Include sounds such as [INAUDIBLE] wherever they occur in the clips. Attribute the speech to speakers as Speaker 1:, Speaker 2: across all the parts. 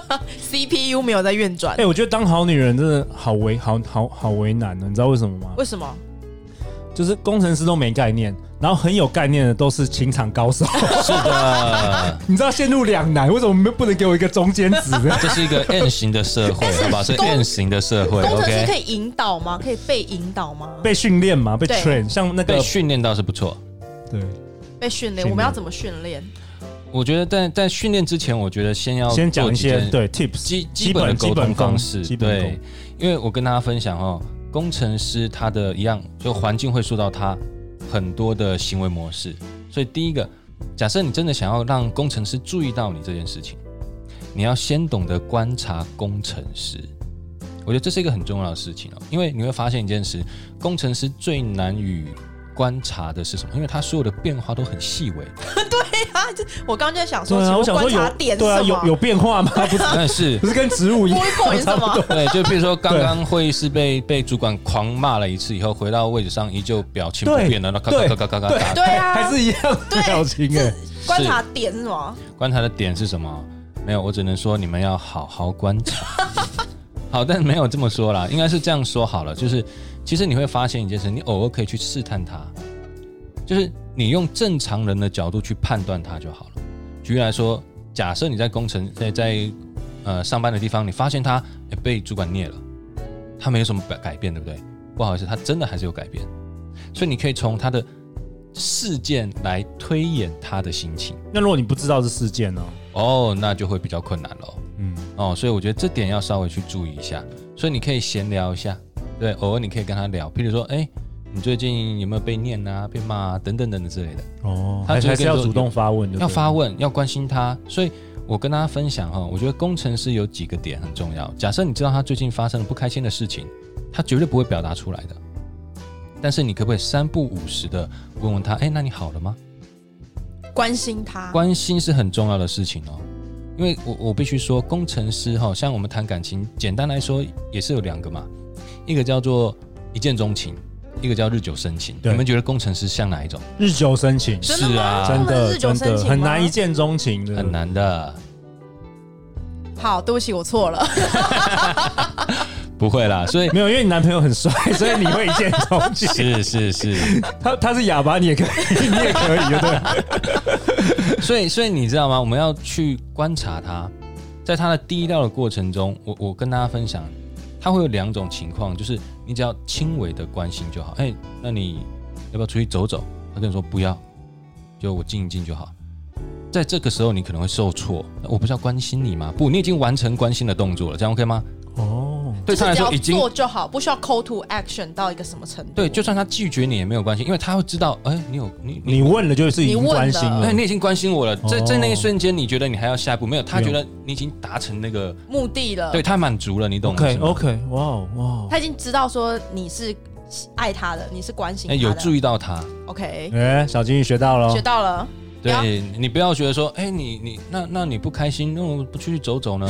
Speaker 1: [LAUGHS]
Speaker 2: ？CPU 没有在运转
Speaker 3: 哎、，我觉得当好女人真的好为好好好为难啊呢，你知道为什么吗？
Speaker 2: [LAUGHS] 为什么？
Speaker 3: 就是工程师都没概念，然后很有概念的都是情场高手。 [LAUGHS]
Speaker 1: 是的，
Speaker 3: 你知道陷入两难，为什么没不能给我一个中间值 [LAUGHS] 呢？
Speaker 1: 这是一个 N 型的社
Speaker 2: [LAUGHS]
Speaker 1: 会，好吧？是
Speaker 2: 工
Speaker 1: N 型的社会
Speaker 2: 工程师可
Speaker 1: ，OK，
Speaker 2: 以引导吗？可以被引导吗？
Speaker 3: 被训练嘛，被
Speaker 2: 对
Speaker 3: train，像那个
Speaker 1: 被训练倒是不错。
Speaker 3: 对，
Speaker 2: 被训
Speaker 3: 训
Speaker 2: 练？
Speaker 3: 练
Speaker 2: 我们要怎么训练？ [LAUGHS]
Speaker 1: 我觉得在在训练之前，我觉得先要
Speaker 3: 先讲
Speaker 1: 做
Speaker 3: 一
Speaker 1: 几
Speaker 3: 些
Speaker 1: 件
Speaker 3: 对 tips
Speaker 1: 基基本的沟通方式。
Speaker 3: 基本
Speaker 1: 对
Speaker 3: 功，，
Speaker 1: 因为我跟大家分享哦，工程师他的一样，就环境会塑造他很多的行为模式。所以第一个，假设你真的想要让工程师注意到你这件事情，你要先懂得观察工程师。我觉得这是一个很重要的事情哦，因为你会发现一件事，工程师最难以观察的是什么？因为他所有的变化都很细
Speaker 3: [LAUGHS]
Speaker 1: 微。
Speaker 2: 啊，这我刚刚就在想
Speaker 3: 对
Speaker 2: 说，
Speaker 3: 啊，我
Speaker 2: 请
Speaker 3: 想
Speaker 2: 问
Speaker 3: 说
Speaker 2: 观察
Speaker 3: 有
Speaker 2: 点
Speaker 3: 对啊，
Speaker 2: 什
Speaker 3: 有
Speaker 2: 么
Speaker 3: 有变化吗？ [LAUGHS] 不是
Speaker 1: 但是
Speaker 3: 不是跟植物一样
Speaker 2: Bullet point 是什
Speaker 3: [LAUGHS]
Speaker 2: 么
Speaker 3: 差不多
Speaker 1: 对，就比如说刚刚会议室被被主管狂骂了一次以后，回到位置上依旧表情不
Speaker 3: 对
Speaker 1: 变的，那咔咔
Speaker 3: 对
Speaker 1: 咔咔咔咔
Speaker 3: 对
Speaker 1: 打。
Speaker 2: 对啊
Speaker 3: 还是一样的
Speaker 2: 对
Speaker 3: 表情哎，
Speaker 2: 观察点是什么？
Speaker 1: 观察的点是什么？没有，我只能说你们要好好观察。 [LAUGHS] 好，但没有这么说啦，应该是这样说好了，就是其实你会发现一件事，你偶尔可以去试探他，就是你用正常人的角度去判断他就好了。举例来说，假设你在工程在在呃上班的地方，你发现他、诶被主管虐了，他没有什么改改变，对不对？不好意思，他真的还是有改变，所以你可以从他的事件来推演他的心情。
Speaker 3: 那如果你不知道这事件呢？
Speaker 1: 哦，那就会比较困难喽。
Speaker 3: 嗯，
Speaker 1: 哦，所以我觉得这点要稍微去注意一下。所以你可以闲聊一下，对，偶尔你可以跟他聊，譬如说，哎、你最近有没有被念啊、被骂啊等等等等之类的，
Speaker 3: 哦，
Speaker 1: 他
Speaker 3: 还
Speaker 1: 就
Speaker 3: 还
Speaker 1: 会
Speaker 3: 是
Speaker 1: 跟
Speaker 3: 要
Speaker 1: 你说
Speaker 3: 主动发问就对了，
Speaker 1: 要发问，要关心他。所以我跟大家分享哈、哦，我觉得工程师有几个点很重要。假设你知道他最近发生了不开心的事情，他绝对不会表达出来的，但是你可不可以三不五时的问问他，哎、那你好了吗？
Speaker 2: 关心他，
Speaker 1: 关心是很重要的事情哦。因为我我必须说，工程师哈、像我们谈感情，简单来说也是有两个嘛，一个叫做一见钟情，一个叫日久生情。你
Speaker 3: 对
Speaker 1: 们觉得工程师像哪一种？
Speaker 3: 日久生情，
Speaker 2: 真的
Speaker 1: 是
Speaker 2: 吗
Speaker 1: 啊
Speaker 3: 真
Speaker 2: 他们
Speaker 3: 的
Speaker 2: 日久
Speaker 3: 真
Speaker 2: 生
Speaker 3: 的
Speaker 2: 情吗
Speaker 3: 很难一见钟情的，
Speaker 1: 很。难的，
Speaker 2: 好，对不起，我错了。
Speaker 1: 不会啦。所以
Speaker 3: [LAUGHS] 没有，因为你男朋友很帅，所以你会一见钟
Speaker 1: [LAUGHS]
Speaker 3: 情。
Speaker 1: 是是是，
Speaker 3: 他他是哑巴，你也可以，你也可以，对不对？
Speaker 1: 所以所以你知道吗？我们要去观察他，在他的低调的过程中，我我跟大家分享，他会有两种情况，就是你只要轻微的关心就好。哎、那你要不要出去走走？他跟你说不要，就我静一静就好。在这个时候，你可能会受挫。我不是要关心你吗？不，你已经完成关心的动作了，这样 OK 吗？
Speaker 3: [LAUGHS] 哦，
Speaker 2: [LAUGHS]
Speaker 1: 对他来
Speaker 2: 就
Speaker 1: 说
Speaker 2: 是只
Speaker 1: 已
Speaker 2: 要
Speaker 1: 经
Speaker 2: 做就好，不需要 call to action 到一个什么程度。
Speaker 1: 对，就算他拒绝你也没有关系，因为他会知道，哎、你有你
Speaker 3: 你问了就是已经关心
Speaker 2: 你
Speaker 3: 了
Speaker 1: 哎，，你已经关心我了，在
Speaker 3: 哦
Speaker 1: 在那一瞬间，你觉得你还要下一步没有？他
Speaker 3: 没
Speaker 1: 觉
Speaker 3: 有
Speaker 1: 得你已经达成那个，
Speaker 2: 目的了，
Speaker 1: 对，他满足了，你懂吗
Speaker 3: 呃 OK OK，哇哦哇哦，
Speaker 2: 他已经知道说你是爱他的，你是关心
Speaker 1: 哎，
Speaker 2: 他的。
Speaker 1: 有注
Speaker 2: 意
Speaker 1: 意到哦他，
Speaker 2: ，OK，
Speaker 3: 哎，小金鱼学到了
Speaker 2: 学，到了。不要
Speaker 1: 对你不要觉得说，哎，你你那那你不开心，那我不出去
Speaker 3: [LAUGHS]
Speaker 1: 走走呢？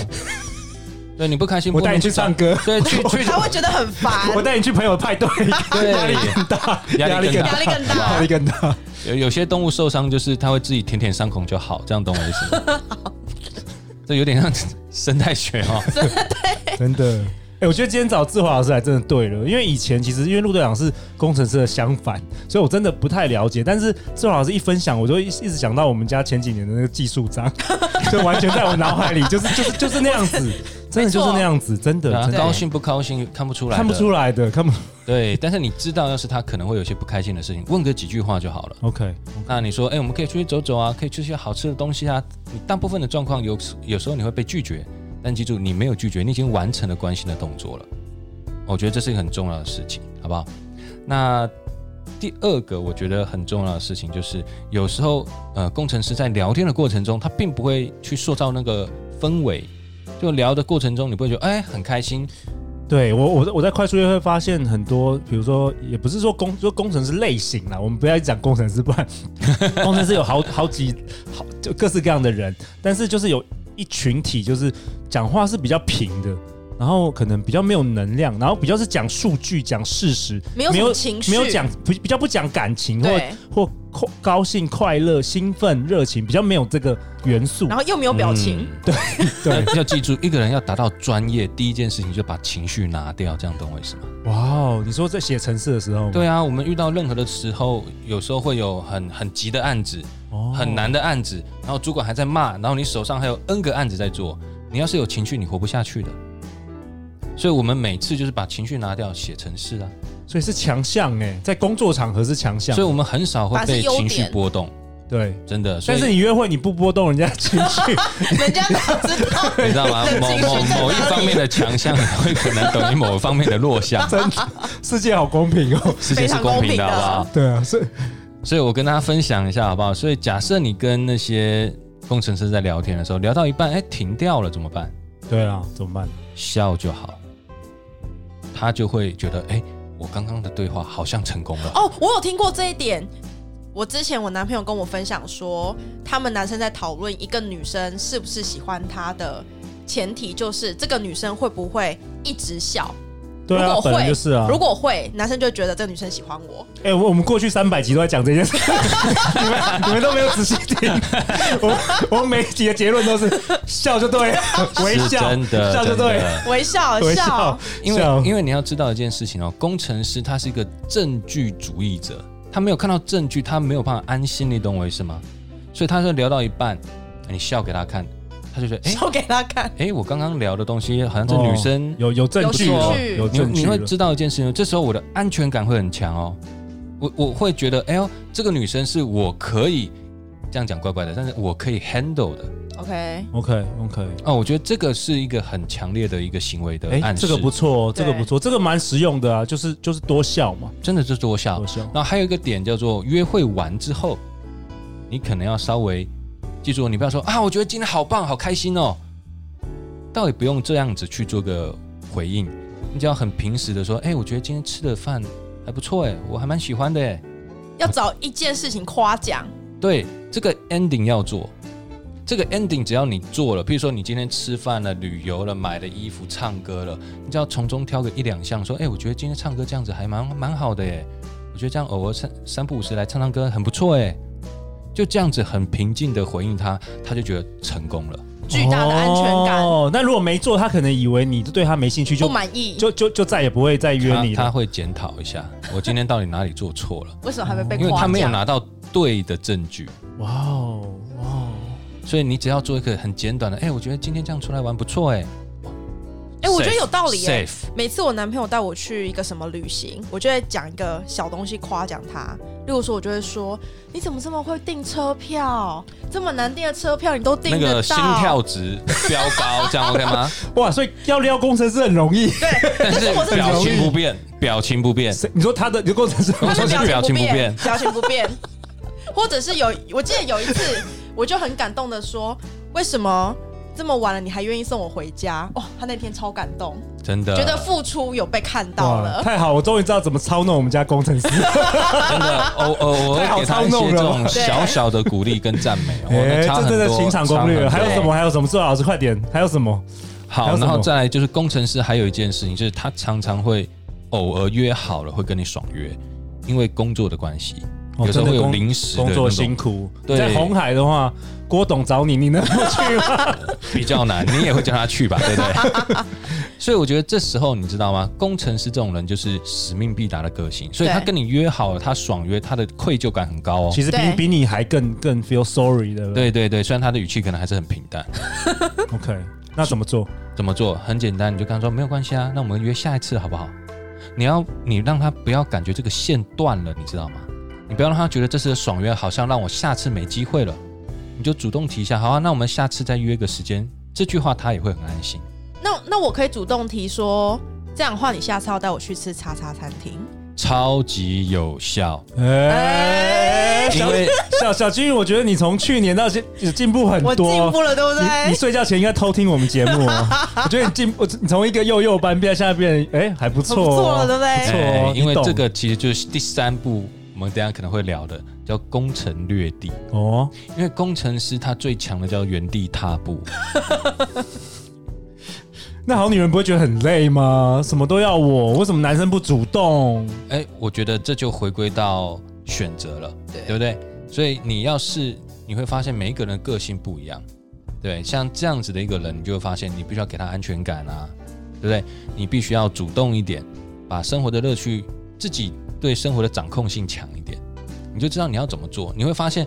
Speaker 1: 对，你不开心，
Speaker 3: 我带你去唱歌，
Speaker 1: 不
Speaker 3: [LAUGHS]
Speaker 1: 能去 [LAUGHS] 找，对，去去
Speaker 2: 他会觉得很
Speaker 1: [LAUGHS]
Speaker 2: 烦，
Speaker 3: 我带你去朋友 [LAUGHS] 派对，
Speaker 1: 对
Speaker 3: 压力更大，
Speaker 1: 压力更大
Speaker 2: 压力更
Speaker 3: 压
Speaker 2: 大
Speaker 3: 力。更大。
Speaker 1: 有有些动物受伤就是它会自己舔舔伤口就好，这样懂我意思
Speaker 3: [LAUGHS]
Speaker 1: 吗？这有点像生态学
Speaker 3: [LAUGHS]
Speaker 1: 哦，
Speaker 3: 真的。 [LAUGHS] 哎、我觉得今天找志华老师还真的对了，因为以前其实因为陆队长是工程师的相反，所以我真的不太了解。但是志华老师一分享，我就一一直想到我们家前几年的那个技术章， [LAUGHS] 就完全在我脑海里，就是就是就是那样子，真的就是那样子，真的
Speaker 1: 对啊
Speaker 3: 真的
Speaker 1: 高兴不高兴看不出来，
Speaker 3: 看不出
Speaker 1: 来。
Speaker 3: 来的，看不
Speaker 1: 对，但是你知道，要是他可能会有些不开心的事情，问个几句话就好了。
Speaker 3: OK，
Speaker 1: 那你说，哎、我们可以出去走走啊，可以吃些好吃的东西啊。你大部分的状况有有时候你会被拒绝，但记住你没有拒绝，你已经完成了关心的动作了。我觉得这是一个很重要的事情，好不好？那第二个我觉得很重要的事情就是，有时候呃，工程师在聊天的过程中，他并不会去塑造那个氛围。就聊的过程中，你不会觉得哎、很开心，
Speaker 3: 对我我我在快速约会发现很多，比如说也不是说工说工程师类型啦，我们不要一直讲工程师，不然工程师有好好几好就各式各样的人，但是就是有一群体就是讲话是比较平的。然后可能比较没有能量，然后比较是讲数据、讲事实，
Speaker 2: 没有什么情绪
Speaker 3: 没有讲不比较不讲感情或
Speaker 2: 对，
Speaker 3: 或快高兴、快乐、兴奋、热情，比较没有这个元素
Speaker 2: [LAUGHS] 然。后又没有表情，
Speaker 1: 对 [LAUGHS]
Speaker 3: 对，
Speaker 1: 要记住，一个人要达到专业，第一件事情就把情绪拿掉，这样懂我意思吗？
Speaker 3: 哇哦，你说在写程式的时候吗，
Speaker 1: 对啊，我们遇到任何的时候，有时候会有很很急的案子，
Speaker 3: 哦
Speaker 1: 很难的案子，然后主管还在骂，然后你手上还有 N 个案子在做，你要是有情绪，你活不下去的。所以我们每次就是把情绪拿掉，写程式啊。
Speaker 3: 所以是强项哎，在工作场合是强项，
Speaker 1: 所以我们很少会
Speaker 2: 反而
Speaker 1: 被
Speaker 2: 是优
Speaker 1: 情绪
Speaker 2: 点
Speaker 1: 波动，
Speaker 3: 对。
Speaker 1: 真的。所
Speaker 3: 但
Speaker 1: 以
Speaker 3: 是你约会你不波动人家情绪，
Speaker 1: 嗯
Speaker 2: 人家哪知道？ [LAUGHS]
Speaker 1: 你知道吗？
Speaker 2: 冷
Speaker 1: 某
Speaker 2: 静
Speaker 1: 某
Speaker 2: 是在
Speaker 1: 某一
Speaker 2: 哪里
Speaker 1: 方面的强项，会可能等于某方面的弱
Speaker 3: [LAUGHS]
Speaker 1: 项。
Speaker 3: 真的世界好公平哦。
Speaker 1: 世界是公平的，好不好？
Speaker 3: 对啊，所以
Speaker 1: 所以我跟大家分享一下好不好？所以假设你跟那些工程师在聊天的时候，聊到一半，哎，停掉了怎么办？
Speaker 3: 对啊，怎么办？
Speaker 1: 笑就好，他就会觉得，哎，我刚刚的对话好像成功了。
Speaker 2: 哦，我有听过这一点。我之前我男朋友跟我分享说，他们男生在讨论一个女生是不是喜欢他的前提，就是这个女生会不会一直笑。
Speaker 3: 对
Speaker 2: 如
Speaker 3: 啊，
Speaker 2: 果
Speaker 3: 本来
Speaker 2: 会，
Speaker 3: 就是啊。
Speaker 2: 如果会，男生就会觉得这个女生喜欢我。
Speaker 3: 哎，我我们过去三百集都在讲这件事， [LAUGHS] 你们你们都没有仔细 [LAUGHS] 听。我我每一集的结论都是笑就 [LAUGHS] 对了，微
Speaker 1: 是
Speaker 3: 哎笑，
Speaker 1: 真的，
Speaker 3: 笑就对
Speaker 1: 真
Speaker 3: 了，
Speaker 1: 的
Speaker 2: 微呃
Speaker 3: [LAUGHS]
Speaker 2: 笑
Speaker 3: 微笑，
Speaker 1: 因为
Speaker 3: 笑
Speaker 1: 因为你要知道一件事情哦，工程师他是一个证据主义者，他没有看到证据，他没有办法安心，你懂我意思吗？所以他说聊到一半，你笑给他看，他就觉得，哎
Speaker 2: 笑给他看。
Speaker 1: 哎，我刚刚聊的东西好像这女生
Speaker 3: 有有证据哦有
Speaker 2: 有，
Speaker 1: 你
Speaker 3: 证据
Speaker 1: 你
Speaker 3: 了
Speaker 1: 会知道一件事情，这时候我的安全感会很强哦。我我会觉得，哎呦，这个女生是我可以这样讲怪怪的，但是我可以 handle 的。
Speaker 2: OK，
Speaker 3: OK OK，
Speaker 1: 哦，我觉得这个是一个很强烈的一个行为的
Speaker 3: 哎、
Speaker 1: 暗示，
Speaker 3: 这个不错哦，这个
Speaker 2: 对
Speaker 3: 不错，这个蛮实用的啊，就是就是多笑嘛，
Speaker 1: 真的是多笑
Speaker 3: 多。笑。
Speaker 2: 哦
Speaker 1: 然后还有一个点叫做约会完之后，你可能要稍微记住，你不要说啊，我觉得今天好棒，好开心哦，倒也不用这样子去做个回应，你只要很平时的说，哎，我觉得今天吃的饭还不错，哎，我还蛮喜欢的，哎，
Speaker 2: 要找一件事情夸奖，
Speaker 1: 对，这个 ending 要做。这个 ending 只要你做了，譬如说你今天吃饭了、旅游了、买了衣服、唱歌了，你只要从中挑个一两项，说：“哎、我觉得今天唱歌这样子还蛮蛮好的耶，我觉得这样偶尔三三不五时来唱唱歌很不错哎。”就这样子很平静的回应他，他就觉得成功了。
Speaker 2: 巨大的安全感，
Speaker 3: 哦，那如果没做，他可能以为你对他没兴趣，
Speaker 2: 不
Speaker 3: 就
Speaker 2: 满意，
Speaker 3: 就就就再也不会再约
Speaker 1: 他
Speaker 3: 你
Speaker 1: 他
Speaker 3: 了。
Speaker 1: 会检讨一下， [LAUGHS] 我今天到底哪里做错了？
Speaker 2: 为什么还没被
Speaker 1: 因为
Speaker 2: 夸
Speaker 1: 他没有
Speaker 2: 奖？
Speaker 1: 拿到对的证据，
Speaker 3: 哇哦哇哦，
Speaker 1: 所以你只要做一个很简短的，哎、我觉得今天这样出来玩不错哎。
Speaker 2: 哎我觉得
Speaker 1: Safe，
Speaker 2: 有道理耶
Speaker 1: Safe。
Speaker 2: 每次我男朋友带我去一个什么旅行，我就会讲一个小东西夸奖他。例如说，我就会说：“你怎么这么会订车票？这么难订的车票你都订
Speaker 1: 那
Speaker 2: 得到？”
Speaker 1: 个心跳值飙高， [LAUGHS] 这样 OK 吗？
Speaker 3: 哇，所以要撩工程师很容易。
Speaker 1: 但是
Speaker 2: 我是
Speaker 1: 表
Speaker 3: 容易
Speaker 1: 情不变，表情不
Speaker 3: [LAUGHS]
Speaker 1: 变，
Speaker 3: 谁你说他的你的工程师，
Speaker 1: 我说是表情
Speaker 3: [LAUGHS]
Speaker 1: 不变
Speaker 2: 表情不变，或者是有，我记得有一次，我就很感动的说，为什么这么晚了你还愿意送我回家？哦，他那天超感动，
Speaker 1: 真的，
Speaker 2: 觉得付出有被看到
Speaker 3: 啊哇
Speaker 2: 了。
Speaker 3: 太好，我终于知道怎么操弄我们家工程师。
Speaker 1: 真的，偶偶我
Speaker 3: 太好
Speaker 1: 会给他
Speaker 3: 操
Speaker 1: 一些
Speaker 3: 弄
Speaker 1: 这
Speaker 3: 了
Speaker 1: 种小小的鼓励跟赞美，
Speaker 3: 哎、
Speaker 1: 我差
Speaker 3: 这
Speaker 1: 很
Speaker 3: 真的
Speaker 1: 多
Speaker 3: 情场攻略。
Speaker 1: 差
Speaker 3: 还
Speaker 1: 很多
Speaker 3: 有什么？还有什么？哦朱老师，快点！还有什么？还
Speaker 1: 好，
Speaker 3: 有什
Speaker 1: 然
Speaker 3: 么
Speaker 1: 后再来就是工程师还有一件事情，就是他常常会偶尔约好了会跟你爽约，因为工作的关系，
Speaker 3: 哦
Speaker 1: 有时
Speaker 3: 真
Speaker 1: 候会
Speaker 3: 的
Speaker 1: 有
Speaker 3: 工
Speaker 1: 临时的
Speaker 3: 工
Speaker 1: 那
Speaker 3: 作
Speaker 1: 种
Speaker 3: 辛苦。
Speaker 1: 对
Speaker 3: 在红海的话，郭董找你，你能不去吗？
Speaker 1: 比较难，你也会叫他去吧，对不对？所以我觉得这时候你知道吗？工程师这种人就是使命必达的个性，所以
Speaker 2: 对
Speaker 1: 他跟你约好了，他爽约，他的愧疚感很高哦
Speaker 3: [LAUGHS] 其。实比
Speaker 2: 对
Speaker 3: 比你还更更 feel sorry 的。
Speaker 1: 对对对，虽然他的语气可能还是很平淡，
Speaker 3: ，OK，那怎么做？
Speaker 1: 怎么做？很简单，你就跟他说没有关系啊，那我们约下一次好不好？你要你让他不要感觉这个线断了，你知道吗？你不要让他觉得这次的爽约好像让我下次没机会了，你就主动提一下，好啊，那我们下次再约个时间。这句话他也会很安心。
Speaker 2: 那那我可以主动提说，这样的话你下次要带我去吃叉叉餐厅。
Speaker 1: 超级有效，
Speaker 3: 哎、
Speaker 1: 因
Speaker 3: 小
Speaker 1: 为
Speaker 3: 小小金鱼，我觉得你从去年到现进步很
Speaker 2: 我
Speaker 3: 多。
Speaker 2: 进步了，对
Speaker 3: 你
Speaker 2: 不
Speaker 3: 你
Speaker 2: 对？
Speaker 3: 睡觉前应该偷听我们节目
Speaker 2: [LAUGHS]
Speaker 3: 哦，我觉得你进，我你从一个幼幼班变到现在变，哎、还不错、
Speaker 2: 很不错
Speaker 3: 哦，
Speaker 2: 了对不对
Speaker 3: 不错哦、
Speaker 1: 哎因为
Speaker 3: 你懂
Speaker 1: 这个其实就是第三步，我们等一下可能会聊的，叫攻城略地。
Speaker 3: 哦，
Speaker 1: 因为工程师他最强的叫原地踏步，
Speaker 3: 那好女人不会觉得很累吗？什么都要我，为什么男生不主动？
Speaker 1: 哎、我觉得这就回归到选择了，
Speaker 2: 对
Speaker 1: 不对？所以你要是你会发现每一个人个性不一样，对，像这样子的一个人，你就会发现你必须要给他安全感啊，对不对？你必须要主动一点，把生活的乐趣自己对生活的掌控性强一点，你就知道你要怎么做。你会发现，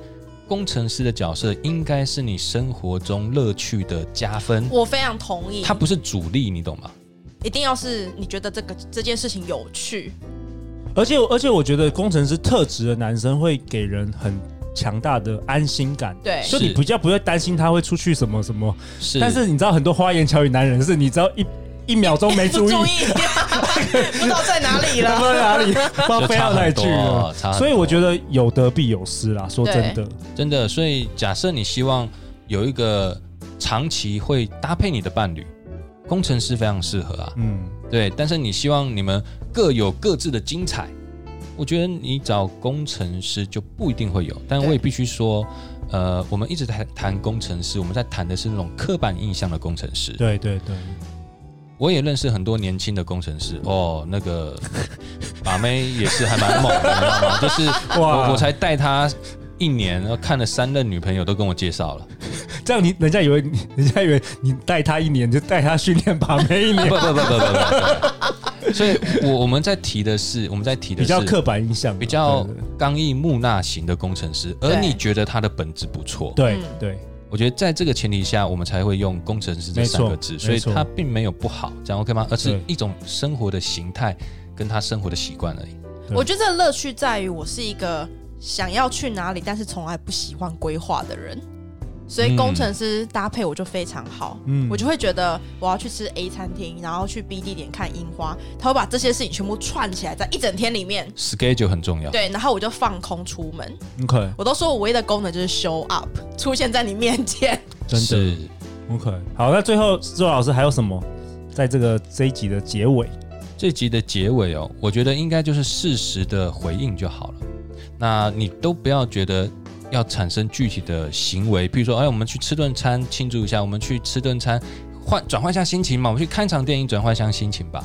Speaker 1: 工程师的角色应该是你生活中乐趣的加分，
Speaker 2: 我非常同意，
Speaker 1: 它不是主力，你懂吗？
Speaker 2: 一定要是你觉得这个这件事情有趣，
Speaker 3: 而且而且，我觉得工程师特质的男生会给人很强大的安心感。
Speaker 2: 对
Speaker 3: 就你
Speaker 1: 是
Speaker 3: 比较不会担心他会出去什么什么。
Speaker 1: 是，
Speaker 3: 但是你知道，很多花言巧语男人是，你只要一一秒钟没
Speaker 2: 不
Speaker 1: [LAUGHS]
Speaker 3: 注意，
Speaker 1: 啊
Speaker 2: 注意， [LAUGHS] 不知道在哪里
Speaker 3: 不
Speaker 2: 了。
Speaker 3: 知道哪
Speaker 1: [LAUGHS]
Speaker 3: 里不知道飞到哪里去了
Speaker 1: 就差很多差很多
Speaker 3: 所以我觉得有得必有失啦。说真的，
Speaker 1: 真的，所以假设你希望有一个长期会搭配你的伴侣，工程师非常适合啊，
Speaker 3: 嗯，
Speaker 1: 对。但是你希望你们各有各自的精彩，我觉得你找工程师就不一定会有。但我也必须说，呃，我们一直在谈工程师，我们在谈的是那种刻板印象的工程师。
Speaker 3: 对对对，
Speaker 1: 我也认识很多年轻的工程师哦，那个把妹也是还蛮猛的，你知道吗？就是
Speaker 3: 哇
Speaker 1: 啊我我才带他一年，然后看了三任女朋友都跟我介绍了。
Speaker 3: 这样你人家以为你 [LAUGHS] 人家以为你带他一年就带他训练把妹
Speaker 1: [LAUGHS]
Speaker 3: 一年，
Speaker 1: 不不不不不不不。所以，我我们在提的是，我们在提的
Speaker 3: 比
Speaker 1: 是
Speaker 3: 较刻板印象，啊
Speaker 1: 比较
Speaker 3: 对对对
Speaker 1: 刚毅木讷型的工程师，而
Speaker 2: 对
Speaker 1: 你觉得他的本质不错，
Speaker 3: 对
Speaker 2: 嗯
Speaker 3: 对，
Speaker 1: 我觉得在这个前提下，我们才会用工程师这三个字，
Speaker 3: 没错
Speaker 1: 所以
Speaker 3: 没错
Speaker 1: 他并没有不好，这样 OK 吗？而是
Speaker 3: 对
Speaker 1: 一种生活的形态跟他生活的习惯而已。
Speaker 3: 对
Speaker 2: 我觉得这个乐趣在于我是一个想要去哪里，但是从来不喜欢规划的人，所以
Speaker 1: 嗯
Speaker 2: 工程师搭配我就非常好。
Speaker 3: 嗯
Speaker 2: 我就会觉得我要去吃 A 餐厅，然后去 B 地点看樱花，他会把这些事情全部串起来，在一整天里面。
Speaker 1: schedule 很重要。
Speaker 2: 对，然后我就放空出门。
Speaker 3: OK
Speaker 2: 我都说我唯一的功能就是 show up，出现在你面前。
Speaker 3: 真的
Speaker 1: 是
Speaker 3: OK。好，那最后周老师还有什么在这个这一集的结尾？
Speaker 1: 这集的结尾哦，我觉得应该就是适时的回应就好了。那你都不要觉得要产生具体的行为，比如说，哎，我们去吃顿餐庆祝一下，我们去吃顿餐换转换一下心情嘛，我们去看一场电影转换一下心情吧。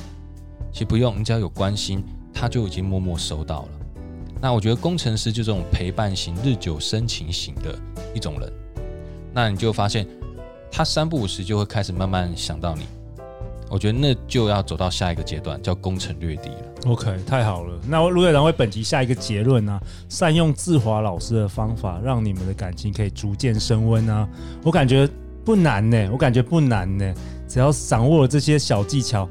Speaker 1: 其实不用，你只要有关心，他就已经默默收到了。那我觉得工程师就这种陪伴型、日久生情型的一种人，那你就发现他三不五时就会开始慢慢想到你。我觉得那就要走到下一个阶段，叫攻城略地了。
Speaker 3: OK，太好了。那我陆队长为本集下一个结论呢、善用志华老师的方法，让你们的感情可以逐渐升温啊。我感觉不难呢、我感觉不难呢、只要掌握了这些小技巧，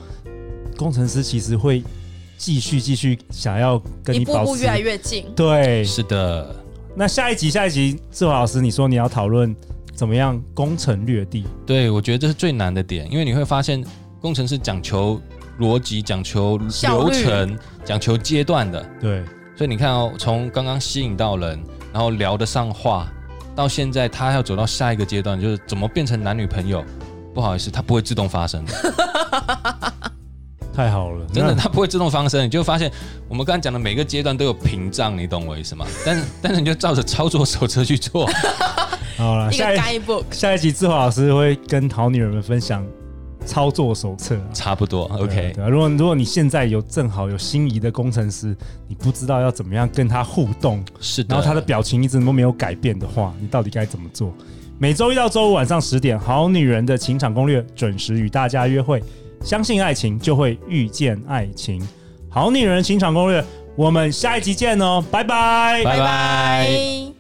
Speaker 3: 工程师其实会继续继续想要跟
Speaker 2: 一
Speaker 3: 你
Speaker 2: 步
Speaker 3: 保
Speaker 2: 步
Speaker 3: 持
Speaker 2: 越来越近。
Speaker 3: 对。
Speaker 1: 是的，
Speaker 3: 那下一集，下一集，志华老师，你说你要讨论怎么样攻城略地？
Speaker 1: 对我觉得这是最难的点，因为你会发现工程师讲求逻辑、讲求
Speaker 2: 效
Speaker 1: 流
Speaker 2: 率
Speaker 1: 程、讲求阶段的，
Speaker 3: 对，
Speaker 1: 所以你看哦，从刚刚吸引到人，然后聊得上话，到现在他要走到下一个阶段，就是怎么变成男女朋友。不好意思，它不会自动发生的，
Speaker 3: 太好了，
Speaker 1: 真的，
Speaker 3: 那
Speaker 1: 它不会自动发生。你就发现，我们刚才讲的每个阶段都有屏障，你懂我意思吗？但是，但是你就照着操作手册去做，
Speaker 3: 好了。
Speaker 2: 一个
Speaker 3: 下一
Speaker 2: guidebook，
Speaker 3: 下一集，志华老师会跟好女人们分享操作手册啊、
Speaker 1: 差不多。
Speaker 3: 对啊
Speaker 1: OK，
Speaker 3: 对啊如果如果你现在有正好有心仪的工程师，你不知道要怎么样跟他互动，
Speaker 1: 是的。
Speaker 3: 然后他的表情一直都没有改变的话，你到底该怎么做？每周一到周五晚上十点，《好女人的情场攻略》准时与大家约会。相信爱情，就会遇见爱情。好女人情场攻略，我们下一集见哦，拜拜
Speaker 1: 拜拜
Speaker 2: 拜